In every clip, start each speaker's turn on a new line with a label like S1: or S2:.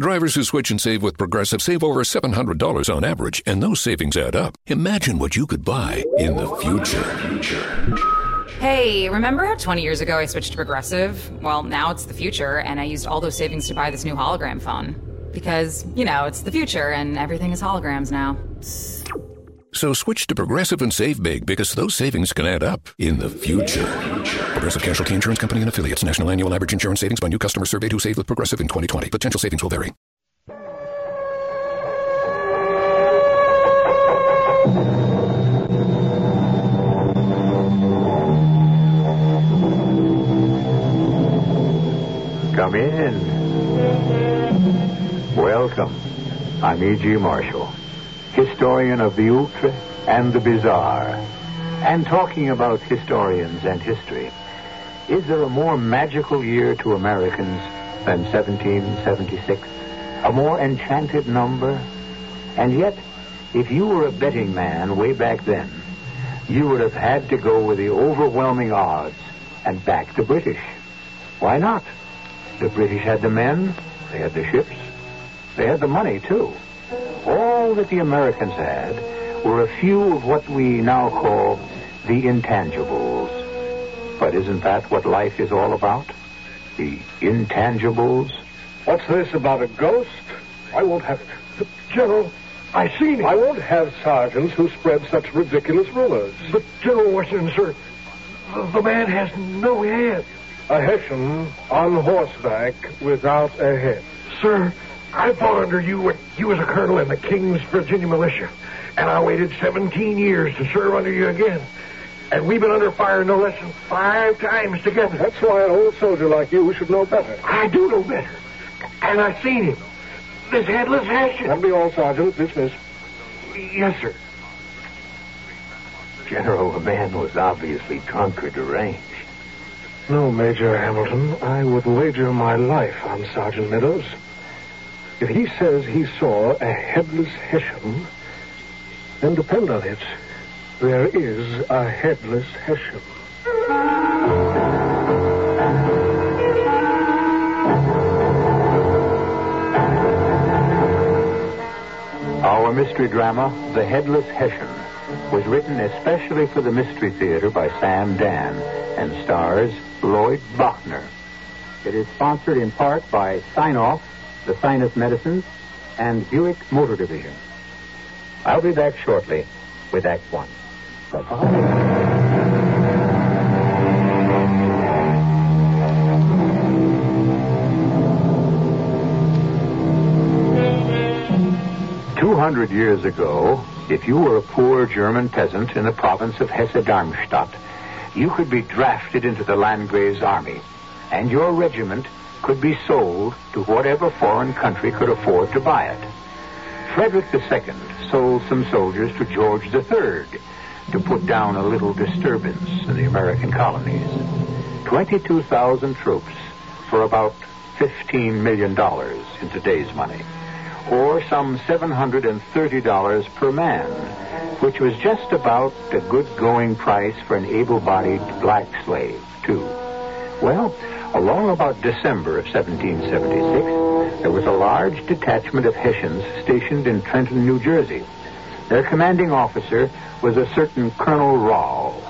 S1: Drivers who switch and save with Progressive save over $700 on average, and those savings add up. Imagine what you could buy in the future.
S2: Hey, remember how 20 years ago I switched to Progressive? Well, now it's the future, and I used all those savings to buy this new hologram phone. Because, you know, it's the future, and everything is holograms now.
S1: So switch to Progressive and save big because those savings can add up in the future. Progressive Casualty Insurance Company and affiliates. National annual average insurance savings by new customer surveyed who saved with Progressive in 2020. Potential savings will vary.
S3: Come in. Welcome. I'm E.G. Marshall historian of the ultra and the bizarre. And talking about historians and history, is there a more magical year to Americans than 1776? A more enchanted number? And yet, if you were a betting man way back then, you would have had to go with the overwhelming odds and back the British. Why not? The British had the men, they had the ships, they had the money, too. All that the Americans had were a few of what we now call the intangibles. But isn't that what life is all about? The intangibles?
S4: What's this about a ghost? I won't have it. General, I seen it. I won't have sergeants who spread such ridiculous rumors.
S5: But, General Washington, sir, the man has no head.
S4: A Hessian on horseback without a head.
S5: Sir, I fought under you when you was a colonel in the King's Virginia Militia, and I waited 17 years to serve under you again. And we've been under fire no less than five times together.
S4: That's why an old soldier like you should know better.
S5: I do know better. And I seen him. This headless Hessian.
S4: That'll be all, Sergeant. Dismiss.
S5: Yes, sir.
S3: General, the man was obviously drunk or deranged.
S4: No, Major Hamilton. I would wager my life on Sergeant Meadows. If he says he saw a headless Hessian, then depend on it, there is a headless Hessian.
S3: Our mystery drama, The Headless Hessian, was written especially for the Mystery Theater by Sam Dan and stars Lloyd Bachner. It is sponsored in part by Signoff the Sinus Medicines, and Buick Motor Division. I'll be back shortly with Act One. Bye-bye. Two hundred years ago, if you were a poor German peasant in the province of Hesse-Darmstadt, you could be drafted into the Landgrave's army, and your regiment could be sold to whatever foreign country could afford to buy it. Frederick II sold some soldiers to George III to put down a little disturbance in the American colonies. 22,000 troops for about $15 million in today's money, or some $730 per man, which was just about a good going price for an able bodied black slave, too. Well, Along about December of 1776, there was a large detachment of Hessians stationed in Trenton, New Jersey. Their commanding officer was a certain Colonel Rawl.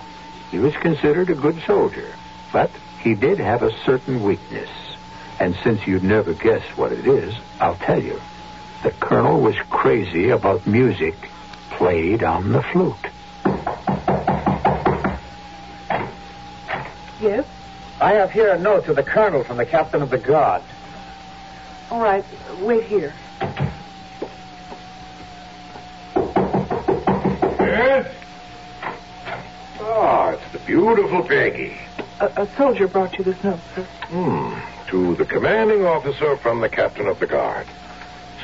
S3: He was considered a good soldier, but he did have a certain weakness. And since you'd never guess what it is, I'll tell you. The Colonel was crazy about music played on the flute.
S6: Yes?
S7: I have here a note to the colonel from the captain of the guard.
S6: All right, wait here.
S5: Yes?
S4: Ah, it's the beautiful Peggy.
S6: A, a soldier brought you this note, sir.
S4: Hmm. To the commanding officer from the captain of the guard.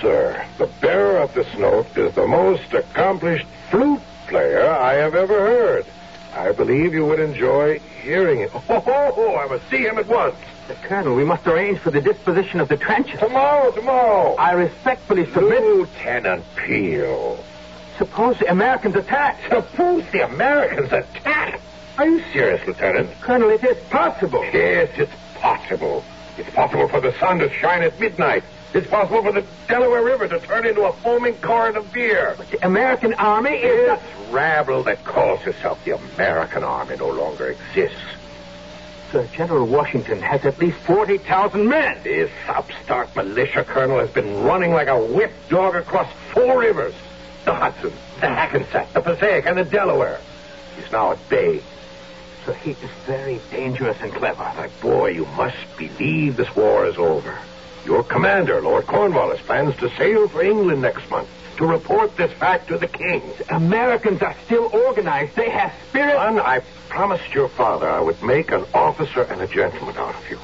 S4: Sir, the bearer of this note is the most accomplished flute player I have ever heard. I believe you would enjoy hearing it. Oh, ho, ho, I must see him at once.
S7: The Colonel, we must arrange for the disposition of the trenches.
S4: Tomorrow, tomorrow.
S7: I respectfully submit.
S4: Lieutenant Peel.
S7: Suppose the Americans attack.
S4: Suppose the Americans attack? Are you serious, Lieutenant?
S7: Colonel, it is possible.
S4: Yes, it's possible. It's possible for the sun to shine at midnight It's possible for the Delaware River to turn into a foaming current of beer.
S8: The American Army is.
S4: This rabble that calls herself the American Army no longer exists.
S8: Sir, General Washington has at least 40,000 men.
S4: This upstart militia colonel has been running like a whipped dog across four rivers the Hudson, the Hackensack, the Passaic, and the Delaware. He's now at bay.
S8: Sir, he is very dangerous and clever.
S4: My boy, you must believe this war is over. Your commander, Lord Cornwallis, plans to sail for England next month to report this fact to the king.
S8: Americans are still organized. They have spirit.
S4: Son, I promised your father I would make an officer and a gentleman out of you.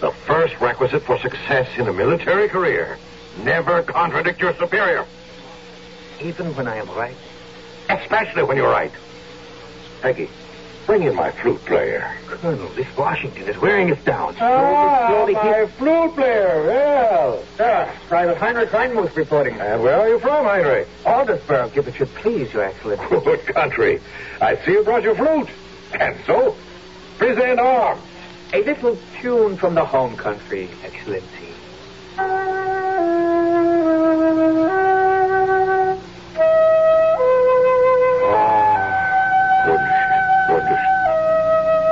S4: The first requisite for success in a military career. Never contradict your superior,
S8: Even when I am right.
S4: especially when you're right. Peggy, bring in my flute player.
S8: Colonel, this Washington is wearing us down.
S3: Ah,
S8: Slowly, slowly,
S3: my flute player. Well, ah, Private Heinrich Reinmuth reporting.
S4: And Uh, where are you from, Heinrich?
S3: Aldersburg, if it should please, Your Excellency.
S4: Good country. I see you brought your flute. And so, present arms.
S3: A little tune from the home country, Excellency.
S4: Ah, goodness, goodness.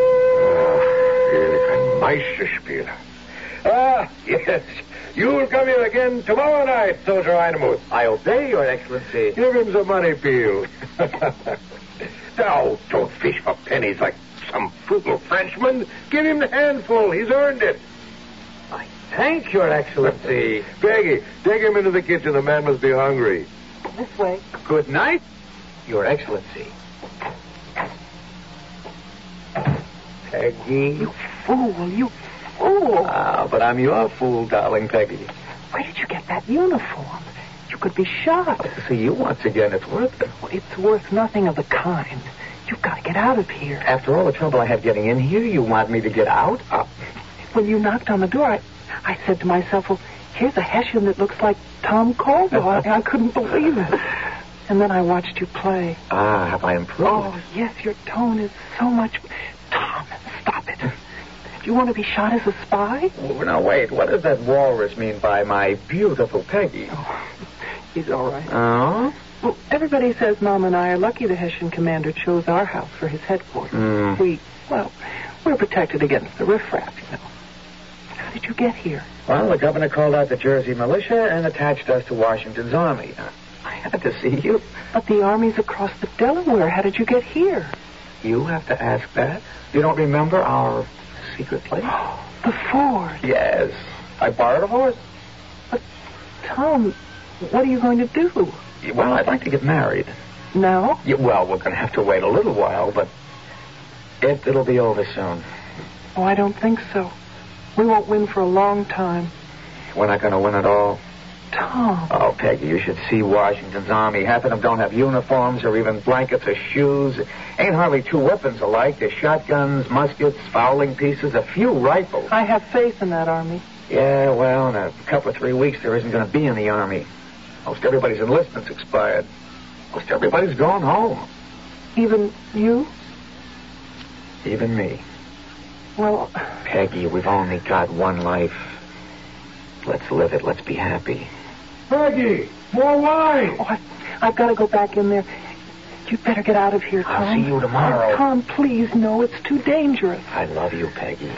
S4: Ach, Erich, ein Meisterspieler. Ah, yes. You'll come here again tomorrow night, Soldier Einemuth.
S3: I obey, Your Excellency.
S4: Give him some money, Peel. now, don't fish for pennies like some frugal Frenchman. Give him the handful. He's earned it.
S3: I thank Your Excellency.
S4: Peggy, take him into the kitchen. The man must be hungry.
S6: This way.
S3: Good night, Your Excellency. Peggy. You
S6: Fool, you fool.
S3: Ah, but I'm your fool, darling Peggy.
S6: Where did you get that uniform? You could be shot.
S3: See you once again. It's worth it.
S6: It's worth nothing of the kind. You've got to get out of here.
S3: After all the trouble I had getting in here, you want me to get out? Uh,
S6: When you knocked on the door, I, I said to myself, well, here's a Hessian that looks like Tom Caldwell. I, I couldn't believe it. And then I watched you play.
S3: ah, have I improved?
S6: Oh, yes, your tone is so much. Tom, stop it. Do you want to be shot as a spy?
S3: Oh, now wait. What does that walrus mean by my beautiful Peggy?
S6: He's all right.
S3: Oh?
S6: Well, everybody says Mom and I are lucky the Hessian commander chose our house for his headquarters.
S3: Mm.
S6: We, well, we're protected against the riffraff, you know. How did you get here?
S3: Well, the governor called out the Jersey militia and attached us to Washington's army. Uh, I had to see you.
S6: But the army's across the Delaware. How did you get here?
S3: You have to ask that. You don't remember our secret place?
S6: The Ford.
S3: yes. I borrowed a horse.
S6: Tom, what are you going to do?
S3: Well, I'd like to get married.
S6: Now?
S3: Yeah, well, we're going to have to wait a little while, but it, it'll be over soon.
S6: Oh, I don't think so. We won't win for a long time.
S3: We're not going to win at all.
S6: Tom.
S3: Oh, Peggy, you should see Washington's army. Half of them don't have uniforms or even blankets or shoes. Ain't hardly two weapons alike. There's shotguns, muskets, fowling pieces, a few rifles.
S6: I have faith in that army.
S3: Yeah, well, in a couple of three weeks, there isn't going to be any army. Most everybody's enlistment's expired. Most everybody's gone home.
S6: Even you?
S3: Even me.
S6: Well,
S3: Peggy, we've only got one life. Let's live it. Let's be happy.
S4: Peggy, more wine.
S6: oh, I, I've got to go back in there. You'd better get out of here, Tom.
S3: I'll see you tomorrow.
S6: Tom, please, no. It's too dangerous.
S3: I love you, Peggy.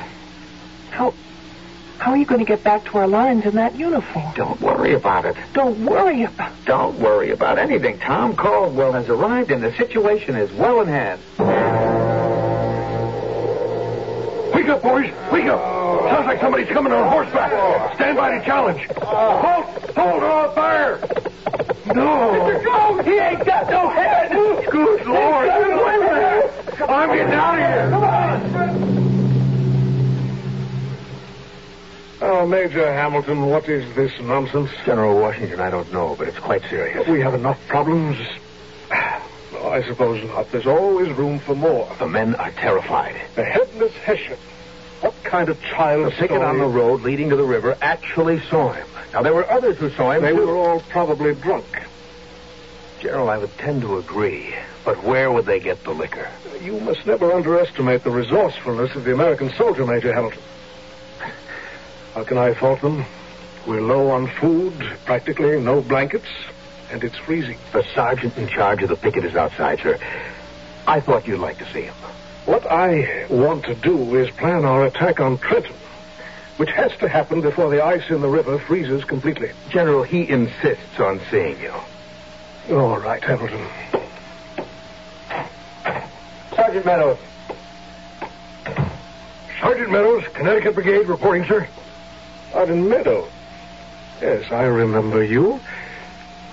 S6: How, how are you going to get back to our lines in that uniform?
S3: Don't worry about it.
S6: Don't worry about
S3: Don't worry about anything. Tom Caldwell has arrived, and the situation is well in hand.
S4: Wake up, boys. Wake up. Sounds like somebody's coming on horseback. Stand by to challenge. Halt! Hold on fire! No. Mr. Jones, he ain't got no head. Good Lord. I'm getting out of here. Come on. Oh, Major Hamilton, what is this nonsense?
S8: General Washington, I don't know, but it's quite serious.
S4: We have enough problems. No, I suppose not. There's always room for more.
S8: The men are terrified.
S4: The headless Hessian. What kind of child
S9: The picket on the road leading to the river actually saw him. Now, there were others who saw him.
S4: They
S9: too.
S4: were all probably drunk.
S9: Gerald, I would tend to agree. But where would they get the liquor?
S4: You must never underestimate the resourcefulness of the American soldier, Major Hamilton. How can I fault them? We're low on food, practically no blankets, and it's freezing.
S10: The sergeant in charge of the picket is outside, sir. I thought you'd like to see him.
S4: What I want to do is plan our attack on Trenton, which has to happen before the ice in the river freezes completely.
S9: General, he insists on seeing you.
S4: All right, Hamilton.
S3: Sergeant Meadows. Sergeant Meadows, Connecticut Brigade, reporting, sir.
S4: Arden Meadow. Yes, I remember you.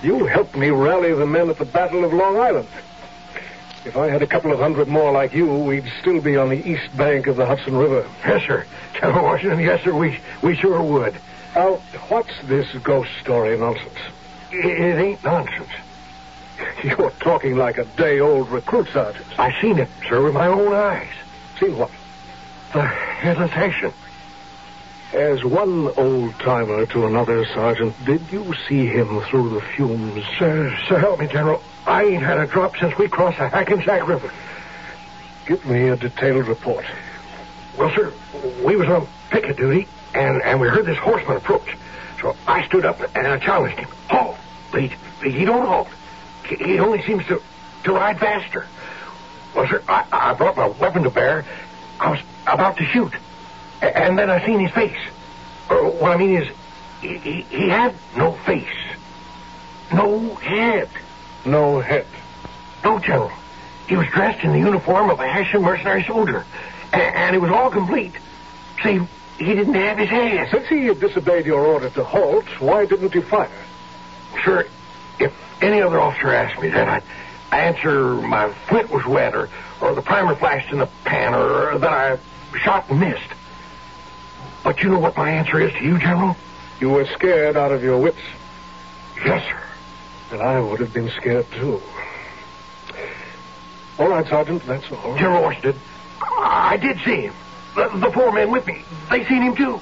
S4: You helped me rally the men at the Battle of Long Island. If I had a couple of hundred more like you, we'd still be on the east bank of the Hudson River.
S3: Yes, sir. General Washington, yes, sir, we, we sure would.
S4: Now, what's this ghost story nonsense?
S3: It, it ain't nonsense.
S4: You're talking like a day-old recruit sergeant.
S3: I seen it, sir, with my own eyes.
S4: See what?
S3: The hesitation.
S4: As one old-timer to another, Sergeant, did you see him through the fumes?
S3: Sir, sir, help me, General. I ain't had a drop since we crossed the Hackensack River.
S4: Give me a detailed report.
S3: Well, sir, we was on picket duty, and, and we heard this horseman approach. So I stood up and I challenged him. Halt! But he, but he don't halt. He- He only seems to, to ride faster. Well, sir, I, I brought my weapon to bear. I was about to shoot. A- And then I seen his face. Or what I mean is, he, he, he had no face. No head.
S4: No head.
S3: No, General. He was dressed in the uniform of a Hessian mercenary soldier. A- and it was all complete. See, he didn't have his hands.
S4: Since he had disobeyed your order to halt, why didn't you fire?
S3: Sure, if any other officer asked me that, I'd answer my flint was wet or, or the primer flashed in the pan or, or that I shot and missed. But you know what my answer is to you, General?
S4: You were scared out of your wits.
S3: Yes, sir.
S4: And I would have been scared, too. All right, Sergeant, that's all.
S3: General Washington, I did see him. The, the four men with me, they seen him too.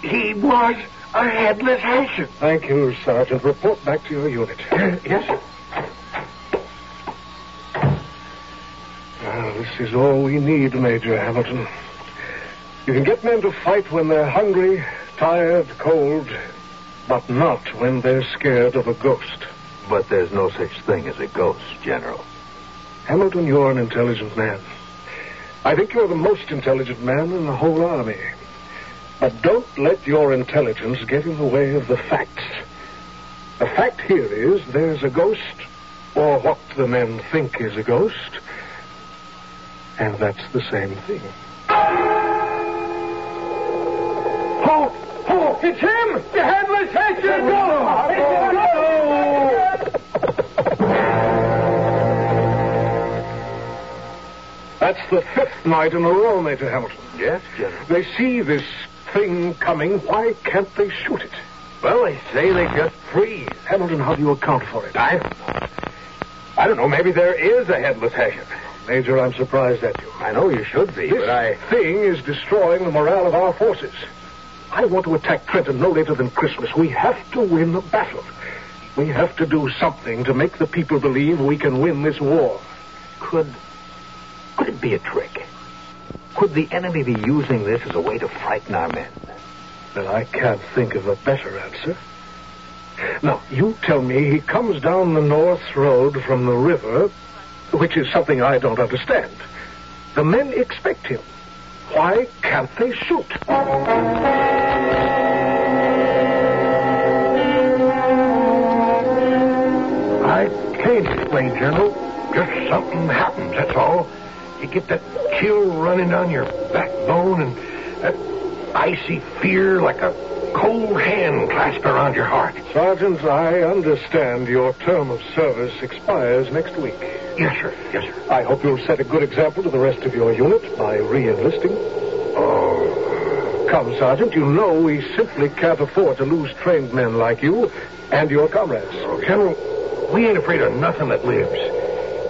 S3: He was a headless Hessian.
S4: Thank you, Sergeant. Report back to your unit.
S3: Yes, sir.
S4: Now, this is all we need, Major Hamilton. You can get men to fight when they're hungry, tired, cold, but not when they're scared of a ghost.
S10: But there's no such thing as a ghost, General.
S4: Hamilton, you're an intelligent man. I think you're the most intelligent man in the whole army. But don't let your intelligence get in the way of the facts. The fact here is there's a ghost, or what the men think is a ghost, and that's the same thing.
S3: Halt! Halt! It's him! The headless Hessian!
S4: That's the fifth night in a row, Major Hamilton.
S9: Yes, General.
S4: They see this thing coming. Why can't they shoot it?
S9: Well, they say they just freeze.
S4: Hamilton, how do you account for it?
S9: I don't know. I don't know. Maybe there is a headless Hessian.
S4: Major, I'm surprised at you.
S9: I know you should be,
S4: This
S9: but I.
S4: thing is destroying the morale of our forces. I want to attack Trenton no later than Christmas. We have to win the battle. We have to do something to make the people believe we can win this war.
S9: Could. Could it be a trick? Could the enemy be using this as a way to frighten our men?
S4: Well, I can't think of a better answer. Now, you tell me he comes down the north road from the river, which is something I don't understand. The men expect him. Why can't they shoot?
S3: I can't explain, General. Just something happens, that's all. You get that chill running down your backbone and that icy fear like a cold hand clasped around your heart.
S4: Sergeant, I understand your term of service expires next week.
S3: Yes, sir. Yes, sir.
S4: I hope you'll set a good example to the rest of your unit by re-enlisting. Oh. Come, Sergeant, you know we simply can't afford to lose trained men like you and your comrades.
S3: General, we ain't afraid of nothing that lives.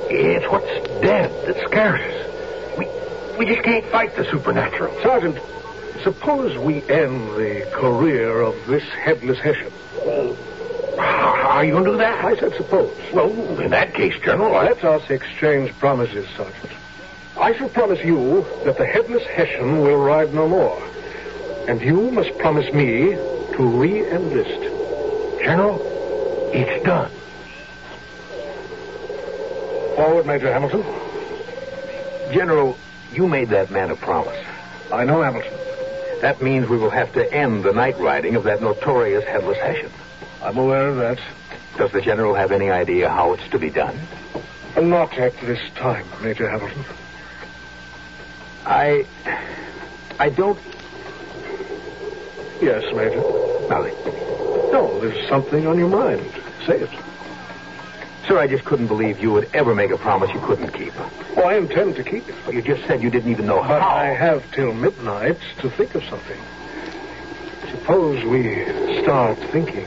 S3: It's what's dead that scares us. We, we just can't fight the supernatural.
S4: Sergeant, Suppose we end the career of this headless Hessian.
S5: How are you going to do that?
S4: I said suppose.
S5: Well, in that case, General, I...
S4: Let us exchange promises, Sergeant. I shall promise you that the headless Hessian will ride no more. And you must promise me to re-enlist.
S5: General, it's done.
S4: Forward, Major Hamilton.
S3: General, you made that man a promise.
S4: I know Hamilton.
S3: That means we will have to end the night riding of that notorious headless Hessian.
S4: I'm aware of that.
S3: Does the general have any idea how it's to be done?
S4: Not at this time, Major Hamilton.
S3: I. I don't.
S4: Yes, Major.
S3: Nothing.
S4: No, there's something on your mind. Say it.
S3: Sir, I just couldn't believe you would ever make a promise you couldn't keep.
S4: Oh, I intend to keep it.
S3: But you just said you didn't even know
S4: But
S3: how.
S4: I have till midnight to think of something. Suppose we start thinking.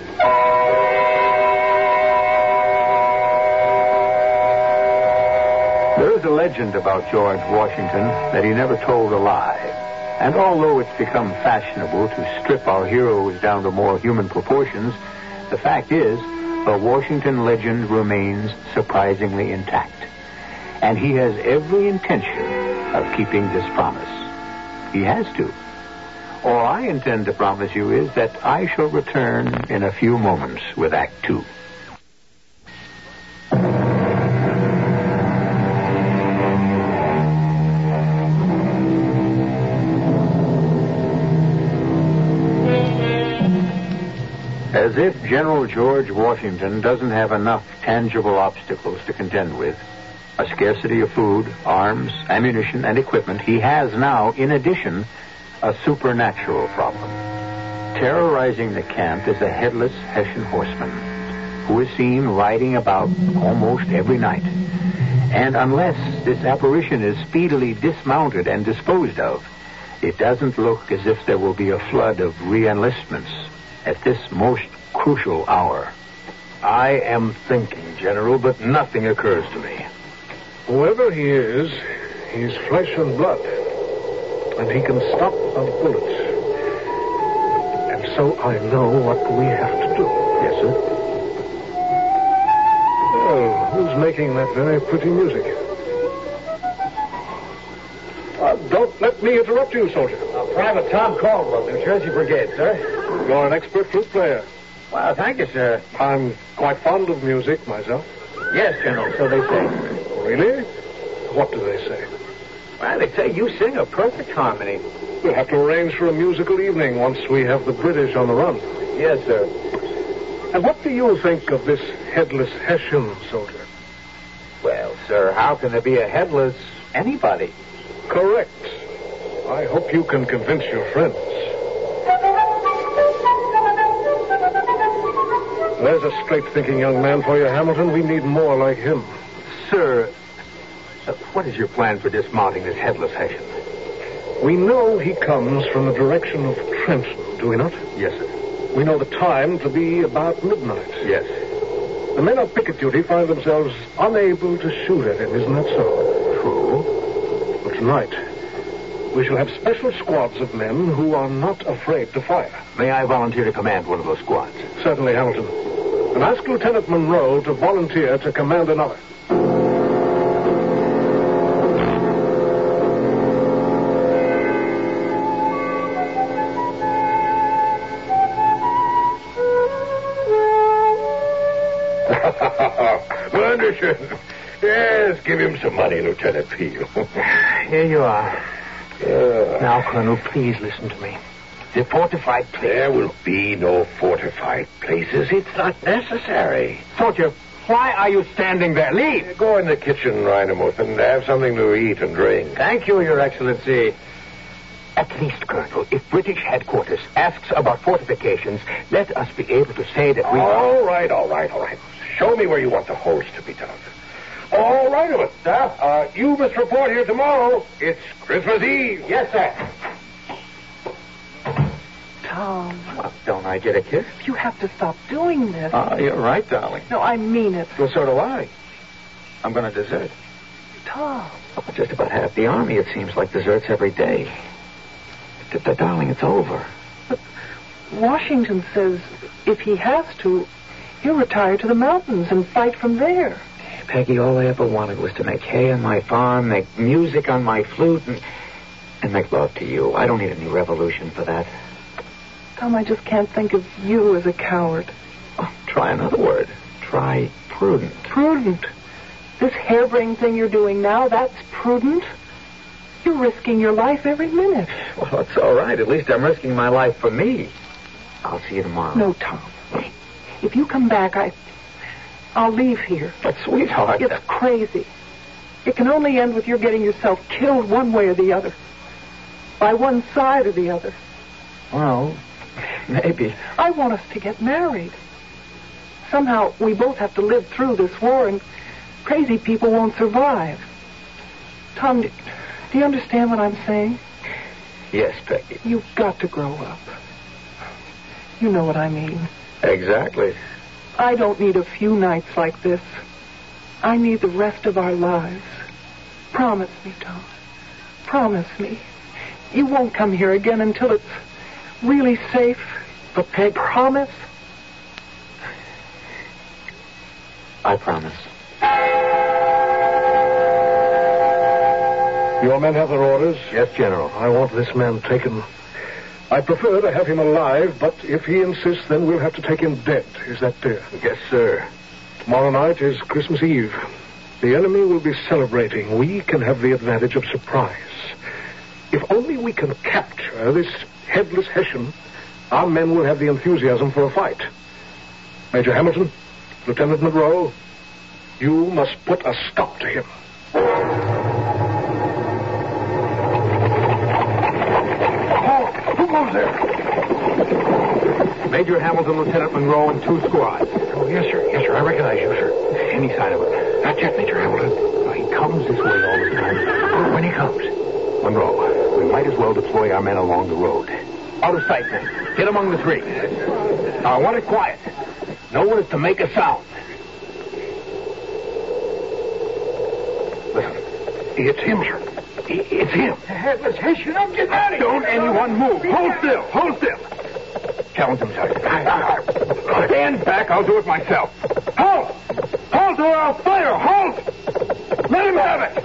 S3: There is a legend about George Washington that he never told a lie. And although it's become fashionable to strip our heroes down to more human proportions, the fact is, the Washington legend remains surprisingly intact. And he has every intention of keeping this promise. He has to. All I intend to promise you is that I shall return in a few moments with Act Two. As if General George Washington doesn't have enough tangible obstacles to contend with, a scarcity of food, arms, ammunition, and equipment, he has now, in addition, a supernatural problem. Terrorizing the camp is a headless Hessian horseman who is seen riding about almost every night. And unless this apparition is speedily dismounted and disposed of, it doesn't look as if there will be a flood of reenlistments at this most crucial hour. I am thinking, General, but nothing occurs to me.
S4: Whoever he is, he's flesh and blood. And he can stop a bullet. And so I know what we have to do.
S3: Yes, sir?
S4: Well, who's making that very pretty music? Uh, don't let me interrupt you, soldier.
S7: Private Tom Caldwell, New Jersey Brigade, sir.
S4: You're an expert flute player.
S7: Well, thank you, sir.
S4: I'm quite fond of music myself.
S7: Yes, General, so they say.
S4: Really? What do they say?
S7: Well, they say you sing a perfect harmony.
S4: We'll have to arrange for a musical evening once we have the British on the run.
S7: Yes, sir.
S4: And what do you think of this headless Hessian soldier?
S7: Well, sir, how can there be a headless anybody?
S4: Correct. I hope you can convince your friends. There's a straight thinking young man for you, Hamilton. We need more like him.
S3: Sir, uh, what is your plan for dismounting this headless Hessian?
S4: We know he comes from the direction of Trenton, do we not?
S3: Yes, sir.
S4: We know the time to be about midnight.
S3: Yes.
S4: The men on picket duty find themselves unable to shoot at him, isn't that so?
S3: True.
S4: But tonight, we shall have special squads of men who are not afraid to fire.
S3: May I volunteer to command one of those squads?
S4: Certainly, Hamilton. And ask Lieutenant Monroe to volunteer to command another.
S5: Wondership. Yes, give him some money, Lieutenant Peel.
S3: Here you are. Now, Colonel, please listen to me. The fortified place.
S5: there will be no fortified places. It's not necessary.
S3: Soldier, why are you standing there? Leave!
S5: Go in the kitchen, Rhinomuth, and have something to eat and drink.
S3: Thank you, Your Excellency. At least, Colonel, if British headquarters asks about fortifications, let us be able to say that we.
S5: All right, all right, all right. Show me where you want the holes to be dug. All right, of it. Uh, uh, you must report here tomorrow. It's Christmas Eve. Yes, sir.
S6: Tom,
S7: Don't I get a kiss?
S6: you have to stop doing this.
S3: Uh.
S7: Ah, you're right, darling.
S6: no, I mean it.
S7: Well, so do I. I'm going to desert.
S6: Tom.
S7: Just about half the army, it seems like, deserts every day.
S11: D- d- darling, it's over.
S6: Washington says if he has to, he'll retire to the mountains and fight from there.
S11: Peggy, all I ever wanted was to make hay on my farm, make music on my flute, and, and make love to you. I don't need any revolution for that.
S6: Tom, I just can't think of you as a coward.
S11: Oh, try another word. Try prudent.
S6: Prudent. This harebrained thing you're doing now, that's prudent. You're risking your life every minute.
S11: Well, it's all right. At least I'm risking my life for me. I'll see you tomorrow.
S6: No, Tom. If you come back, I, I'll leave here.
S11: But, sweetheart.
S6: It's crazy. It can only end with your getting yourself killed one way or the other. By one side or the other.
S11: Well, maybe.
S6: I want us to get married. Somehow we both have to live through this war, and crazy people won't survive. Tom, do, do you understand what I'm saying?
S11: Yes, Peggy.
S6: You've got to grow up. You know what I mean.
S11: Exactly.
S6: I don't need a few nights like this. I need the rest of our lives. Promise me, Tom. Promise me. You won't come here again until it's really safe. But Peg, promise.
S11: I promise.
S3: Your men have their orders?
S4: Yes, General. I want this man taken. I prefer to have him alive, but if he insists, then we'll have to take him dead. Is that fair?
S3: Yes, sir.
S4: Tomorrow night is Christmas Eve. The enemy will be celebrating. We can have the advantage of surprise. If only we can capture this headless Hessian, our men will have the enthusiasm for a fight. Major Hamilton, Lieutenant Monroe, you must put a stop to him.
S3: Who goes there?
S11: Major Hamilton, Lieutenant Monroe, and two squads.
S3: Oh, yes, sir. Yes, sir. I recognize you, sir. Any side of it. Not yet, Major Hamilton. he comes this way all the time. When he comes. Monroe, we might as well deploy our men along the road. Out of sight, men. Get among the three. Now, I want it quiet. No one is to make a sound. Listen. It's him, sir. I- It's him. Headless Hessian, I'm getting out of here. Don't anyone move. Hold still. Hold still. Challenge him, Sergeant. Stand back. I'll do it myself. Halt! Halt or I'll fire! Halt! Let him have it!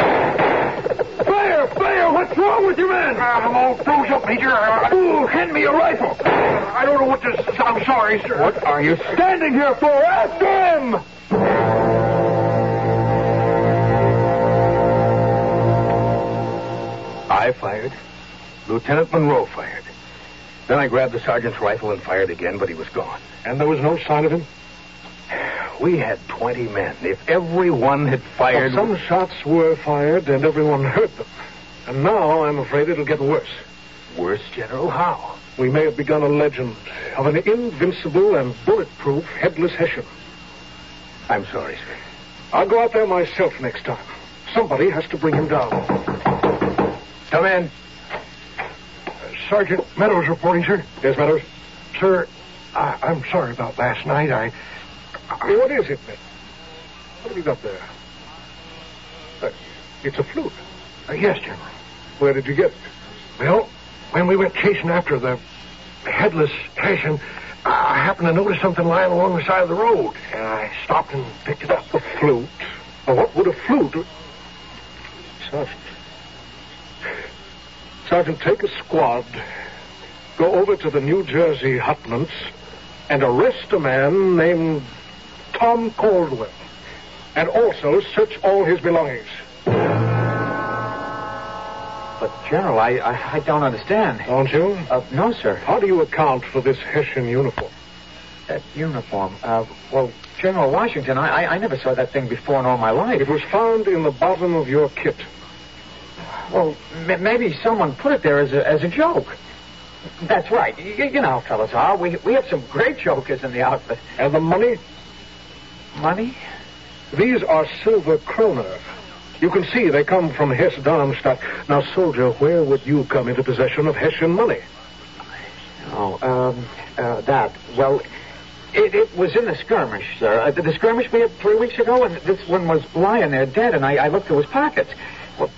S3: Fire! Fire! What's wrong with you, man? Uh, I'm all froze up, Major. Ooh, hand me your rifle. I don't know what to... I'm sorry, sir. What are you standing here for? After him! I fired. Lieutenant Monroe fired. Then I grabbed the sergeant's rifle and fired again, but he was gone.
S4: And there was no sign of him?
S3: We had 20 men. If everyone had fired.
S4: Well, some shots were fired and everyone heard them. And now I'm afraid it'll get worse.
S3: Worse, General, how?
S4: We may have begun a legend of an invincible and bulletproof headless Hessian.
S3: I'm sorry, sir.
S4: I'll go out there myself next time. Somebody has to bring him down.
S3: Come in.
S4: Sergeant Meadows reporting, sir. Yes, Meadows.
S3: Sir, I, I'm sorry about last night. I.
S4: Hey, what is it, Mitt? What have you got there? Uh, it's a flute.
S3: Uh, yes, General.
S4: Where did you get it?
S3: Well, when we went chasing after the headless Hessian, I I happened to notice something lying along the side of the road, and I stopped and picked it up.
S4: A flute? Now, what would a flute... Sergeant. Sergeant, take a squad, go over to the New Jersey hutments, and arrest a man named Tom Caldwell. And also search all his belongings.
S11: But, General, I, I, I don't understand.
S4: Don't you?
S11: Uh, no, sir.
S4: How do you account for this Hessian uniform?
S11: That uniform. Uh, well, General Washington, I, I, I never saw that thing before in all my life.
S4: It was found in the bottom of your kit.
S11: Well, m- maybe someone put it there as a, as a joke. That's right. You, you know how fellas are. We, we have some great jokers in the outfit.
S4: And the money?
S11: Money?
S4: These are silver kroner. You can see they come from Hess Darmstadt. Now, soldier, where would you come into possession of Hessian money?
S11: Oh, um, uh, that. Well, it, it was in the skirmish, sir. Uh, the skirmish we had three weeks ago, and this one was lying there dead, and I, I looked through his pockets. Well,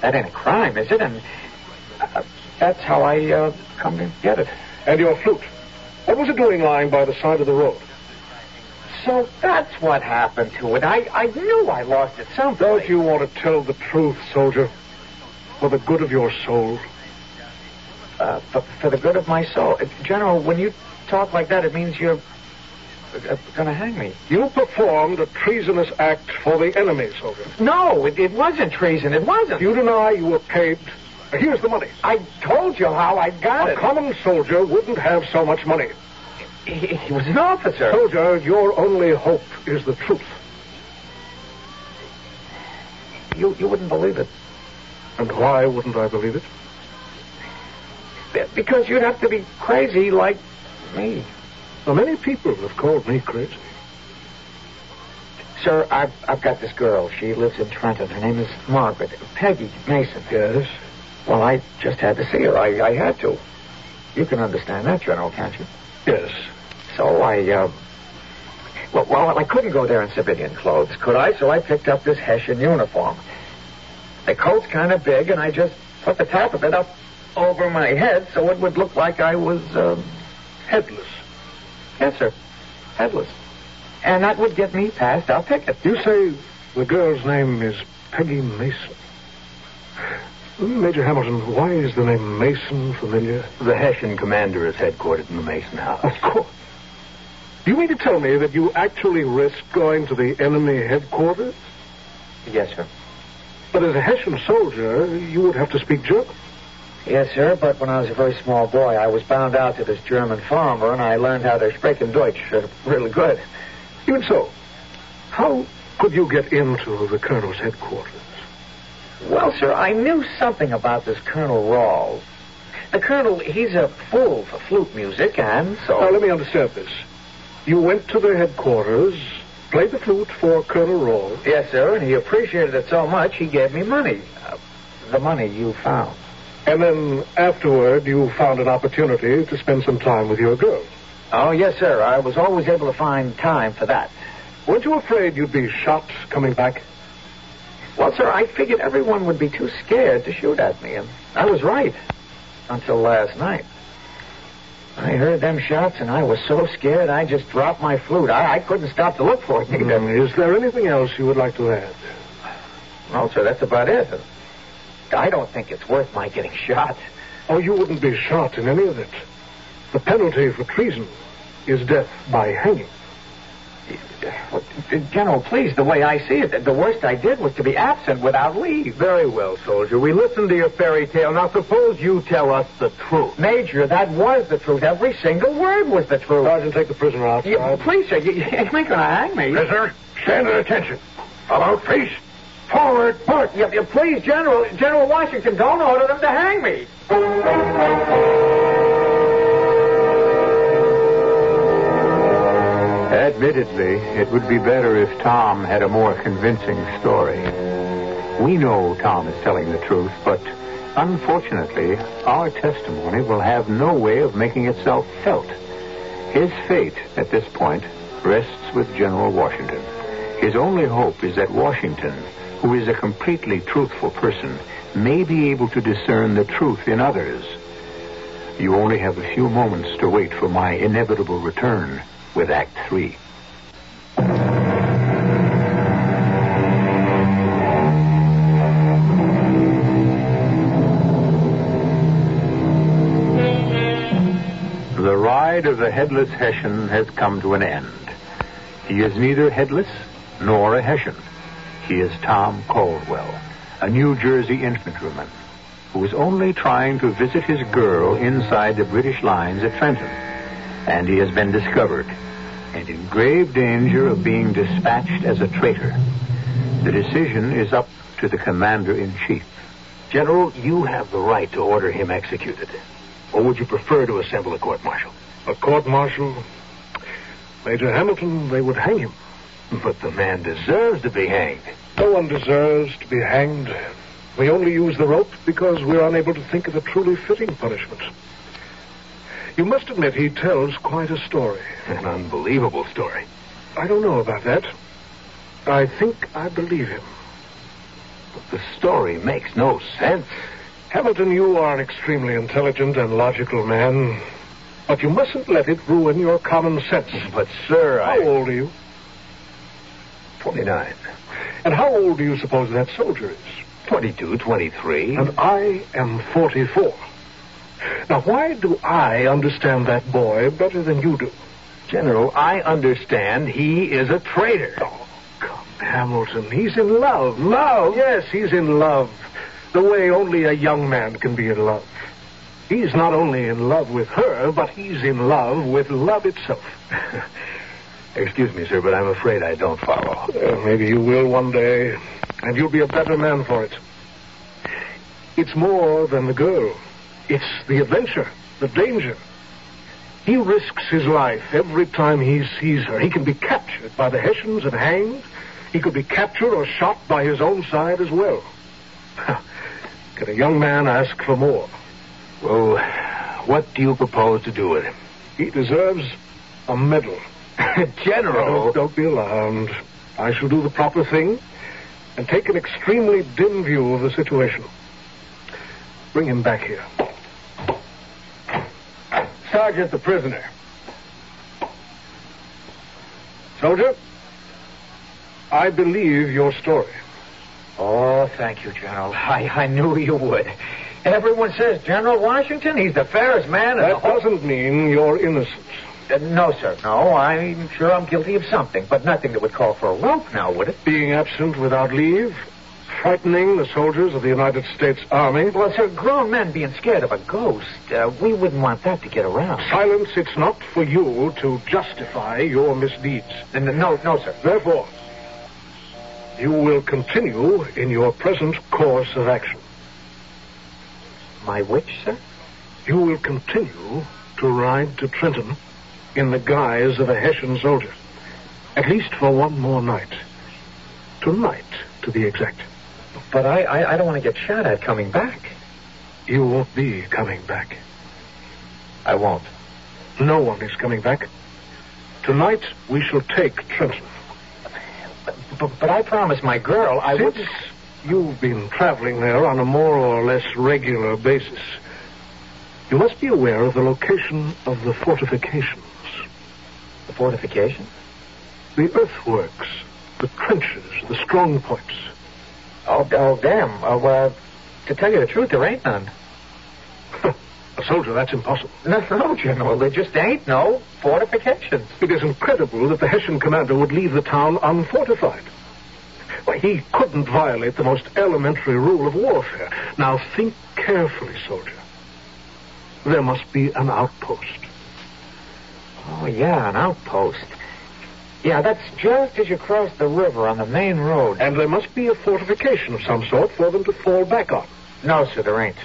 S11: that ain't a crime, is it? And uh,
S7: That's how I uh, come to get it.
S4: And your flute. What was it doing lying by the side of the road?
S7: So that's what happened to it. I, I knew I lost it someplace.
S4: Don't you want to tell the truth, soldier? For the good of your soul.
S7: Uh, for, for the good of my soul. Uh, General, when you talk like that, it means you're uh, going to hang me.
S4: You performed a treasonous act for the enemy, soldier.
S7: No, it, it wasn't treason. It wasn't.
S4: You deny you were paid. Here's the money.
S7: I told you how I got
S4: A
S7: it.
S4: common soldier wouldn't have so much money.
S7: He, he was an officer.
S4: Soldier, your only hope is the truth.
S7: you, you wouldn't believe it.
S4: And why wouldn't I believe it?
S7: Be- Because you'd have to be crazy like me.
S4: Now, many people have called me crazy.
S7: Sir, I've, I've got this girl. She lives in Trenton. Her name is Margaret. Peggy Mason. Yes? Well, I just had to see her. I, I had to. You can understand that, General, can't you?
S4: Yes.
S7: So I, uh... Well, well, I couldn't go there in civilian clothes, could I? So I picked up this Hessian uniform. The coat's kind of big, and I just put the top of it up over my head so it would look like I was, uh...
S4: Headless.
S7: Yes, sir. Headless. And that would get me past our picket.
S4: You say the girl's name is Peggy Mason. Major Hamilton, why is the name Mason familiar?
S12: The Hessian commander is headquartered in the Mason
S4: Of
S12: house.
S4: course. You mean to tell me that you actually risked going to the enemy headquarters?
S7: Yes, sir.
S4: But as a Hessian soldier, you would have to speak German.
S7: Yes, sir, but when I was a very small boy, I was bound out to this German farmer, and I learned how to speak in Deutsch uh, really good.
S4: Even so, how could you get into the colonel's headquarters?
S7: Well, sir, I knew something about this Colonel Rawls. The colonel, he's a fool for flute music, and so...
S4: Now, let me understand this. You went to the headquarters, played the flute for Colonel Rawls.
S7: Yes, sir, and he appreciated it so much, he gave me money. Uh, the money you found.
S4: And then afterward, you found an opportunity to spend some time with your girl.
S7: Oh, yes, sir, I was always able to find time for that.
S4: Weren't you afraid you'd be shot coming back?
S7: Well, sir, I figured everyone would be too scared to shoot at me, and I was right. Until last night. I heard them shots, and I was so scared I just dropped my flute. I, I couldn't stop to look for it either.
S4: Mm, Is there anything else you would like to add?
S7: No, sir, that's about it. I don't think it's worth my getting shot.
S4: Oh, you wouldn't be shot in any event. The penalty for treason is death by hanging.
S7: Well, General, please, the way I see it, the worst I did was to be absent without leave.
S12: Very well, soldier. We listened to your fairy tale. Now suppose you tell us the truth.
S7: Major, that was the truth. Every single word was the truth.
S4: Sergeant, take the prisoner outside.
S7: You- please, sir, you, you ain't going to hang me.
S5: Prisoner, stand at attention. About face. Forward, march.
S7: Yeah, yeah, please, General, General Washington, don't order them to hang me.
S3: Admittedly, it would be better if Tom had a more convincing story. We know Tom is telling the truth, but unfortunately, our testimony will have no way of making itself felt. His fate at this point rests with General Washington. His only hope is that Washington, who is a completely truthful person, may be able to discern the truth in others. You only have a few moments to wait for my inevitable return with Act Three. The ride of the headless Hessian has come to an end. He is neither headless nor a Hessian. He is Tom Caldwell, a New Jersey infantryman who is only trying to visit his girl inside the British lines at Trenton. And he has been discovered and in grave danger of being dispatched as a traitor. The decision is up to the commander in chief.
S12: General, you have the right to order him executed. Or would you prefer to assemble a court martial?
S4: A court martial. Major Hamilton, they would hang him.
S12: But the man deserves to be hanged.
S4: No one deserves to be hanged. We only use the rope because we're unable to think of a truly fitting punishment. You must admit he tells quite a story.
S12: An unbelievable story.
S4: I don't know about that. I think I believe him.
S12: But the story makes no sense.
S4: Hamilton, you are an extremely intelligent and logical man, but you mustn't let it ruin your common sense.
S13: But, sir,
S4: How old are you?
S13: 29.
S4: And how old do you suppose that soldier is?
S12: Oh,
S13: 22, 23.
S4: And I am 44. Now, why do I understand that boy better than you do?
S13: General, I understand he is a traitor.
S4: Oh, come, Hamilton. He's in love. Love? Yes, he's in love. The way only a young man can be in love. He's not only in love with her, but he's in love with love itself.
S13: Excuse me, sir, but I'm afraid I don't follow.
S4: Uh, maybe you will one day, and you'll be a better man for it. It's more than the girl. It's the adventure, the danger. He risks his life every time he sees her. He can be captured by the Hessians and hanged. He could be captured or shot by his own side as well. can a young man ask for more?
S13: Well, what do you propose to do with him?
S4: He deserves a medal.
S13: General.
S4: Don't, don't be alarmed. I shall do the proper thing and take an extremely dim view of the situation. Bring him back here.
S13: Sergeant, the prisoner. Soldier?
S4: I believe your story.
S3: Oh, thank you, General. I, I knew you would. Everyone says General Washington, he's the fairest man in the
S4: That
S3: whole...
S4: doesn't mean you're innocent.
S3: Uh, no, sir, no. I'm sure I'm guilty of something, but nothing that would call for a rope now, would it?
S4: Being absent without leave, frightening the soldiers of the United States Army.
S3: Well, sir, grown men being scared of a ghost, uh, we wouldn't want that to get around.
S4: Silence, it's not for you to justify your misdeeds.
S3: And no, no, sir.
S4: Therefore, you will continue in your present course of action.
S3: My witch, sir?
S4: You will continue to ride to Trenton in the guise of a Hessian soldier. At least for one more night. Tonight, to be exact.
S3: But I, I, I don't want to get shot at coming back.
S4: You won't be coming back.
S3: I won't.
S4: No one is coming back. Tonight, we shall take Trenton.
S3: But, but, but I promised my girl I
S4: Since
S3: wouldn't.
S4: you've been traveling there on a more or less regular basis, you must be aware of the location of the fortifications,
S3: The fortification?
S4: the earthworks, the trenches, the strong points.
S3: Oh, oh damn. Uh, well, to tell you the truth, there ain't none.
S4: A soldier, that's impossible.
S3: No, no, General, there just ain't no fortifications.
S4: It is incredible that the Hessian commander would leave the town unfortified. Why, he couldn't violate the most elementary rule of warfare. Now think carefully, soldier. There must be an outpost.
S3: Oh, yeah, an outpost. Yeah, that's just as you cross the river on the main road.
S4: And there must be a fortification of some sort for them to fall back on.
S3: No, sir, there ain't.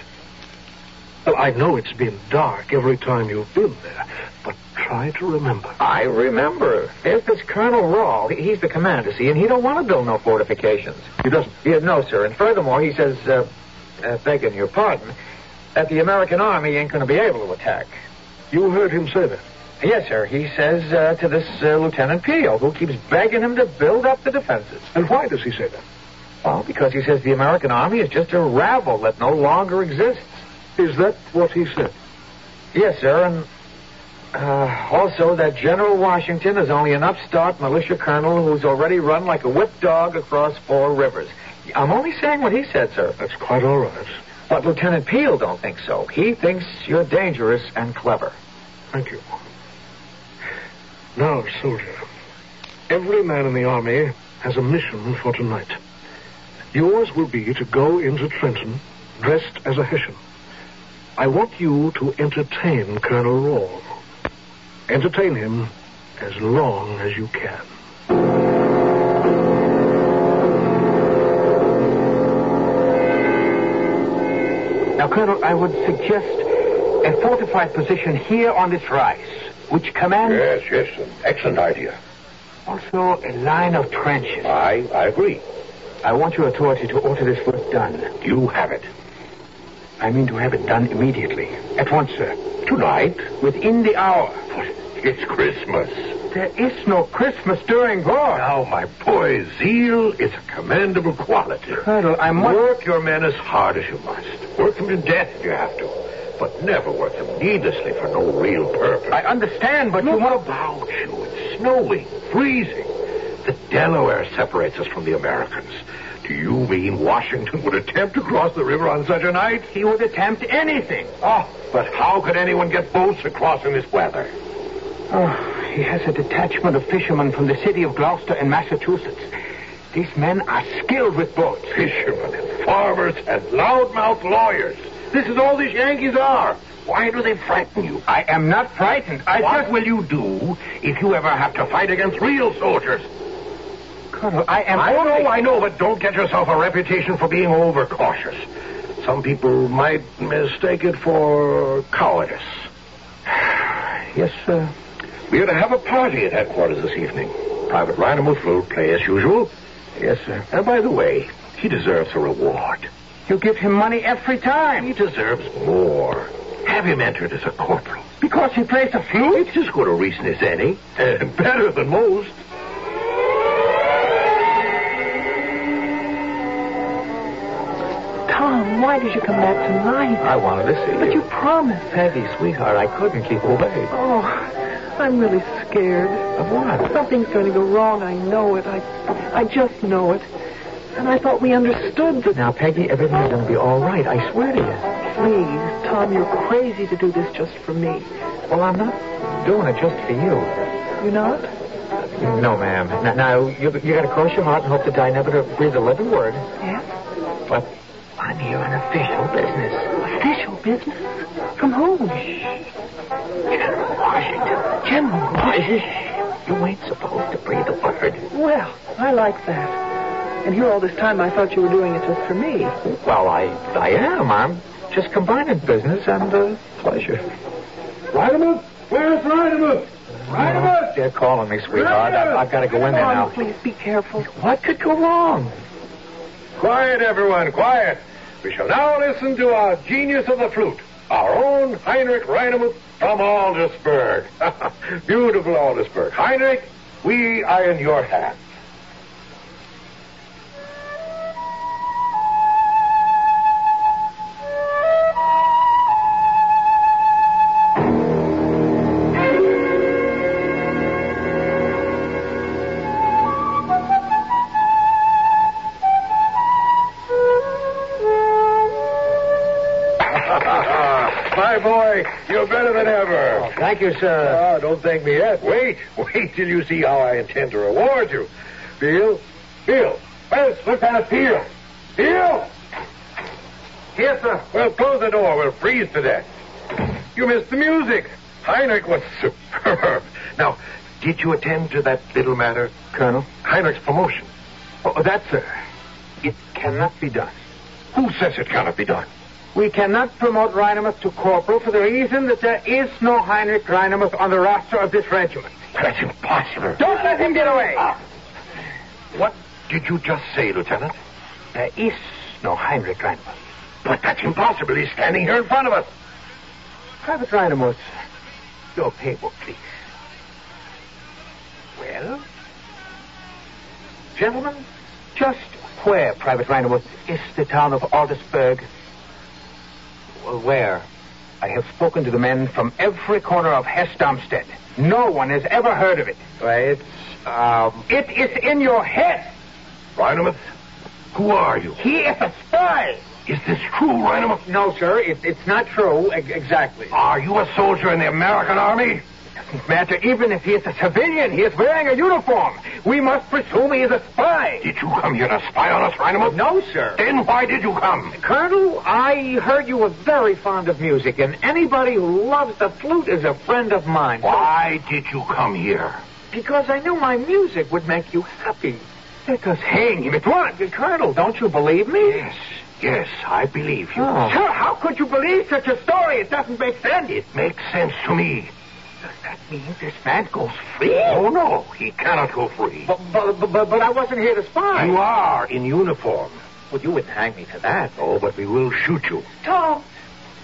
S4: Well, I know it's been dark every time you've been there, but try to remember.
S3: I remember. There's this Colonel Rawl. He- He's the commander, see, and he don't want to build no fortifications.
S4: He doesn't.
S3: Yeah, no, sir. And furthermore, he says, uh, uh, begging your pardon, that the American army ain't going to be able to attack.
S4: You heard him say that.
S3: Yes, sir. He says uh, to this uh, Lieutenant Peel, who keeps begging him to build up the defenses.
S4: And why does he say that?
S3: Well, because he says the American army is just a rabble that no longer exists.
S4: Is that what he said?
S3: Yes, sir, and uh, also that General Washington is only an upstart militia colonel who's already run like a whipped dog across four rivers. I'm only saying what he said, sir.
S4: That's quite all right.
S3: But Lieutenant Peel don't think so. He thinks you're dangerous and clever.
S4: Thank you. Now, soldier, every man in the army has a mission for tonight. Yours will be to go into Trenton dressed as a Hessian. I want you to entertain Colonel Rawl. Entertain him as long as you can.
S13: Now, Colonel, I would suggest a fortified position here on this rise, which commands
S4: Yes, yes, an excellent idea.
S13: also a line of trenches.
S4: I, I agree.
S13: I want your authority to order this work done.
S4: You have it.
S13: I mean to have it done immediately. At once, sir.
S4: Tonight?
S13: Within the hour.
S4: What? it's Christmas.
S14: There is no Christmas during war.
S4: Now, my boy, zeal is a commendable quality.
S14: Colonel, I must-
S4: Work your men as hard as you must. Work them to death if you have to. But never work them needlessly for no real purpose.
S14: I understand, but you
S4: Look
S14: want
S4: about you. It's snowing, freezing. The Delaware separates us from the Americans. Do you mean Washington would attempt to cross the river on such a night?
S14: He would attempt anything.
S4: Oh, but how could anyone get boats across in this weather?
S14: Oh, he has a detachment of fishermen from the city of Gloucester in Massachusetts. These men are skilled with boats.
S4: Fishermen and farmers and loudmouth lawyers. This is all these Yankees are. Why do they frighten you?
S14: I am not frightened. I
S4: what
S14: just...
S4: will you do if you ever have to fight against real soldiers?
S14: Colonel, I am...
S4: I know, I know, but don't get yourself a reputation for being overcautious. Some people might mistake it for cowardice. Yes, sir. We are to have a party at headquarters this evening. Private Rhinomuth will play as usual. Yes, sir. And by the way, he deserves a reward.
S14: You give him money every time.
S4: He deserves more. Have him entered as a corporal.
S14: Because he plays the flute?
S4: It's as good a reason as any. And better than most.
S6: Tom, why did you come back tonight?
S3: I wanted to see
S6: But
S3: you.
S6: you promised.
S3: Peggy, sweetheart, I couldn't keep away.
S6: Oh, I'm really scared.
S3: Of what?
S6: Something's going to go wrong. I know it. I, I just know it. And I thought we understood that.
S3: Now, Peggy, everything's going to be all right. I swear to you.
S6: Please, Tom, you're crazy to do this just for me.
S3: Well, I'm not doing it just for you.
S6: You not?
S3: No, ma'am. Now, now you, you got to cross your heart and hope that I never to breathe a living word.
S6: Yes.
S3: But I'm here on official business.
S6: Official business? From whom?
S3: General Washington. General Washington. You ain't supposed to breathe a word.
S6: Well, I like that. And here all this time I thought you were doing it just for me.
S3: Well, I, I am. I'm just combining business and uh, pleasure.
S15: Rhinomuth? Where's Rhinomuth? Rhinomuth!
S3: They're calling me, sweetheart. I've, I've got to go in there
S6: Tom,
S3: now.
S6: please be careful.
S3: What could go wrong?
S4: Quiet, everyone, quiet. We shall now listen to our genius of the flute, our own Heinrich Reinemuth from Aldersburg. Beautiful Aldersburg. Heinrich, we are in your hands. My boy, you're better than ever.
S3: Oh, Thank you, sir.
S4: Ah, don't thank me yet. Wait, wait till you see how I intend to reward you. Beale, Beale, where's Lieutenant Beale? Beale! Here, sir. Well, close the door. We'll freeze to death. You missed the music. Heinrich was superb. Now, did you attend to that little matter?
S3: Colonel?
S4: Heinrich's promotion.
S3: Oh, that, sir. It cannot be done.
S4: Who says it cannot be done?
S3: We cannot promote Reinemuth to corporal for the reason that there is no Heinrich Reinemuth on the roster of this regiment.
S4: That's impossible. Ah.
S3: Don't let him get away.
S4: What did you just say, Lieutenant?
S3: There is no Heinrich Reinemuth.
S4: But that's impossible. He's standing here in front of us.
S3: Private Reinemuth, your paybook, please. Well? Gentlemen, just where, Private Reinemuth, is the town of Aldersburg? Well, where? I have spoken to the men from every corner of Hesse Darmstadt. No one has ever heard of it. Why, it's, um... It is in your head!
S4: Reinemuth, who are you?
S3: He is a spy!
S4: Is this true, Reinemuth?
S3: No, sir, it, it's not true, e- exactly.
S4: Are you a soldier in the American army?
S3: doesn't matter. Even if he is a civilian, he is wearing a uniform. We must presume he is a spy.
S4: Did you come here to spy on us, Reinemuth?
S3: No, sir.
S4: Then why did you come?
S3: Colonel, I heard you were very fond of music, and anybody who loves the flute is a friend of mine.
S4: Why did you come here?
S3: Because I knew my music would make you happy. Let us hang him at once. Colonel, don't you believe me?
S4: Yes, yes, I believe you.
S16: Oh.
S3: Sir, how could you believe such a story? It doesn't make sense.
S4: It makes sense to me.
S3: Does that mean this man goes free?
S4: Oh, no, he cannot go free.
S3: But, but, but, but I wasn't here to spy.
S4: You are in uniform.
S3: Well, you wouldn't hang me for that.
S4: Oh, but we will shoot you.
S6: Tom!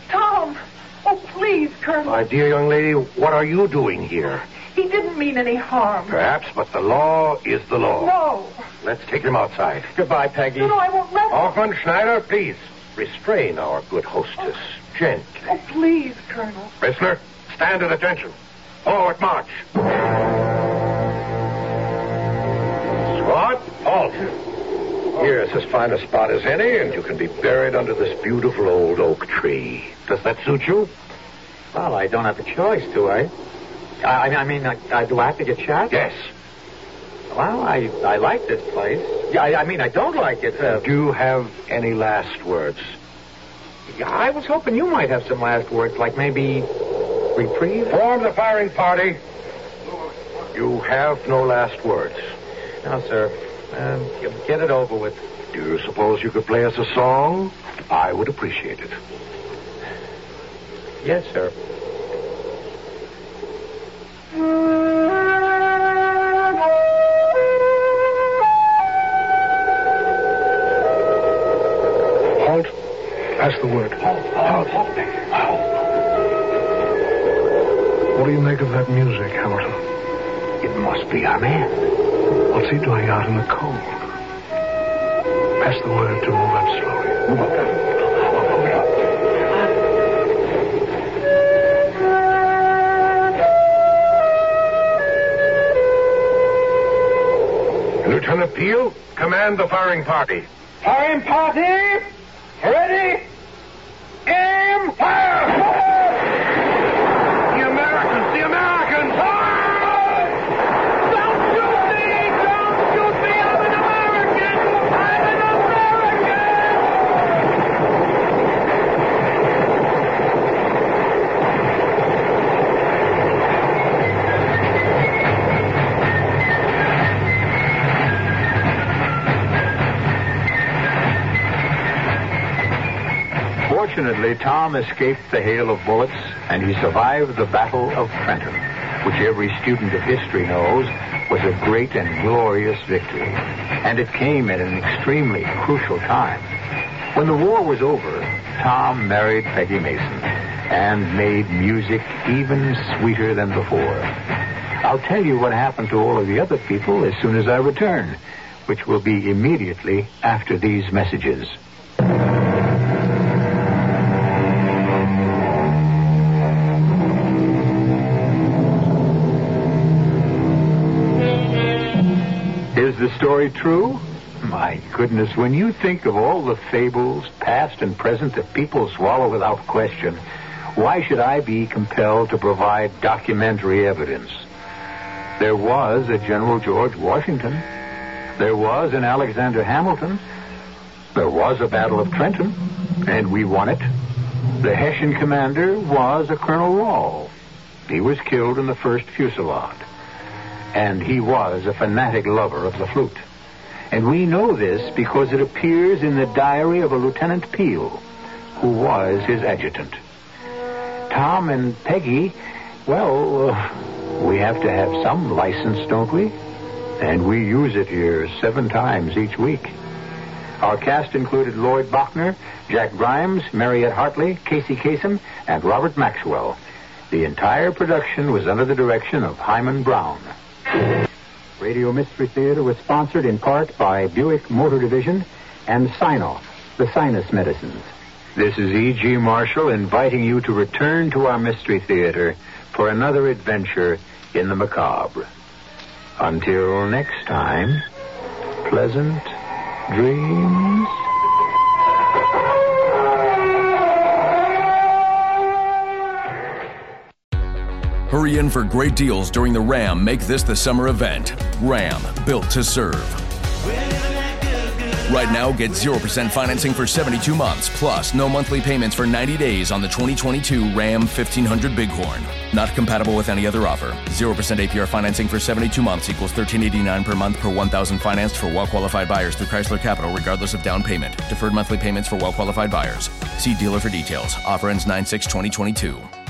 S6: Tom! Oh,
S16: Oh, please, Colonel.
S3: My dear young lady, what are you doing here?
S16: He didn't mean any harm.
S3: Perhaps, but the law is the law.
S16: No.
S3: Let's take him outside.
S7: Goodbye, Peggy.
S16: No, no, I won't let him.
S3: Hoffman, Schneider, please restrain our good hostess. Gently.
S16: Oh, please, Colonel.
S3: Whistler, stand at attention. Forward march. Squad, halt. Here is as fine a spot as any, and you can be buried under this beautiful old oak tree. Does that suit you?
S7: Well, I don't have a choice, do I? I, I mean, I, I, do I have to get shot?
S3: Yes.
S7: Well, I, I like this place. Yeah, I, I mean, I don't like it. Uh,
S3: Do you have any last words?
S7: I was hoping you might have some last words, like maybe reprieve.
S3: Form the firing party. You have no last words.
S7: No, sir. Um, g- get it over with.
S3: Do you suppose you could play us a song? I would appreciate it.
S7: Yes, sir.
S5: Halt. That's the word. Halt. What do you make of that music, Hamilton? It must be our man. What's he doing out in the cold? Pass the word to move up slowly. Move up.
S4: Lieutenant Peel, command the firing party.
S5: Firing party! Ready! Aim!
S4: The Americans! The Americans!
S3: Fortunately, Tom escaped the hail of bullets, and he survived the Battle of Trenton, which every student of history knows was a great and glorious victory. And it came at an extremely crucial time. When the war was over, Tom married Peggy Mason and made music even sweeter than before. I'll tell you what happened to all of the other people as soon as I return, which will be immediately after these messages. Is the story true? My goodness, when you think of all the fables, past and present, that people swallow without question, why should I be compelled to provide documentary evidence? There was a General George Washington. There was an Alexander Hamilton. There was a Battle of Trenton, and we won it. The Hessian commander was a Colonel Rawl. He was killed in the first fusillade and he was a fanatic lover of the flute. And we know this because it appears in the diary of a Lieutenant Peel, who was his adjutant. Tom and Peggy, well, uh, we have to have some license, don't we? And we use it here seven times each week. Our cast included Lloyd Bachner, Jack Grimes, Mariette Hartley, Casey Kasem, and Robert Maxwell. The entire production was under the direction of Hyman Brown. Radio Mystery Theater was sponsored in part by Buick Motor Division and Sinoff, the sinus medicines. This is E.G. Marshall inviting you to return to our Mystery Theater for another adventure in the macabre. Until next time, pleasant dreams.
S17: Hurry in for great deals during the Ram Make This the Summer event. Ram, built to serve. Right now, get 0% financing for 72 months, plus no monthly payments for 90 days on the 2022 Ram 1500 Bighorn. Not compatible with any other offer. 0% APR financing for 72 months equals 1389 per month per 1000 financed for well-qualified buyers through Chrysler Capital regardless of down payment. Deferred monthly payments for well-qualified buyers. See dealer for details. Offer ends 9-6-2022.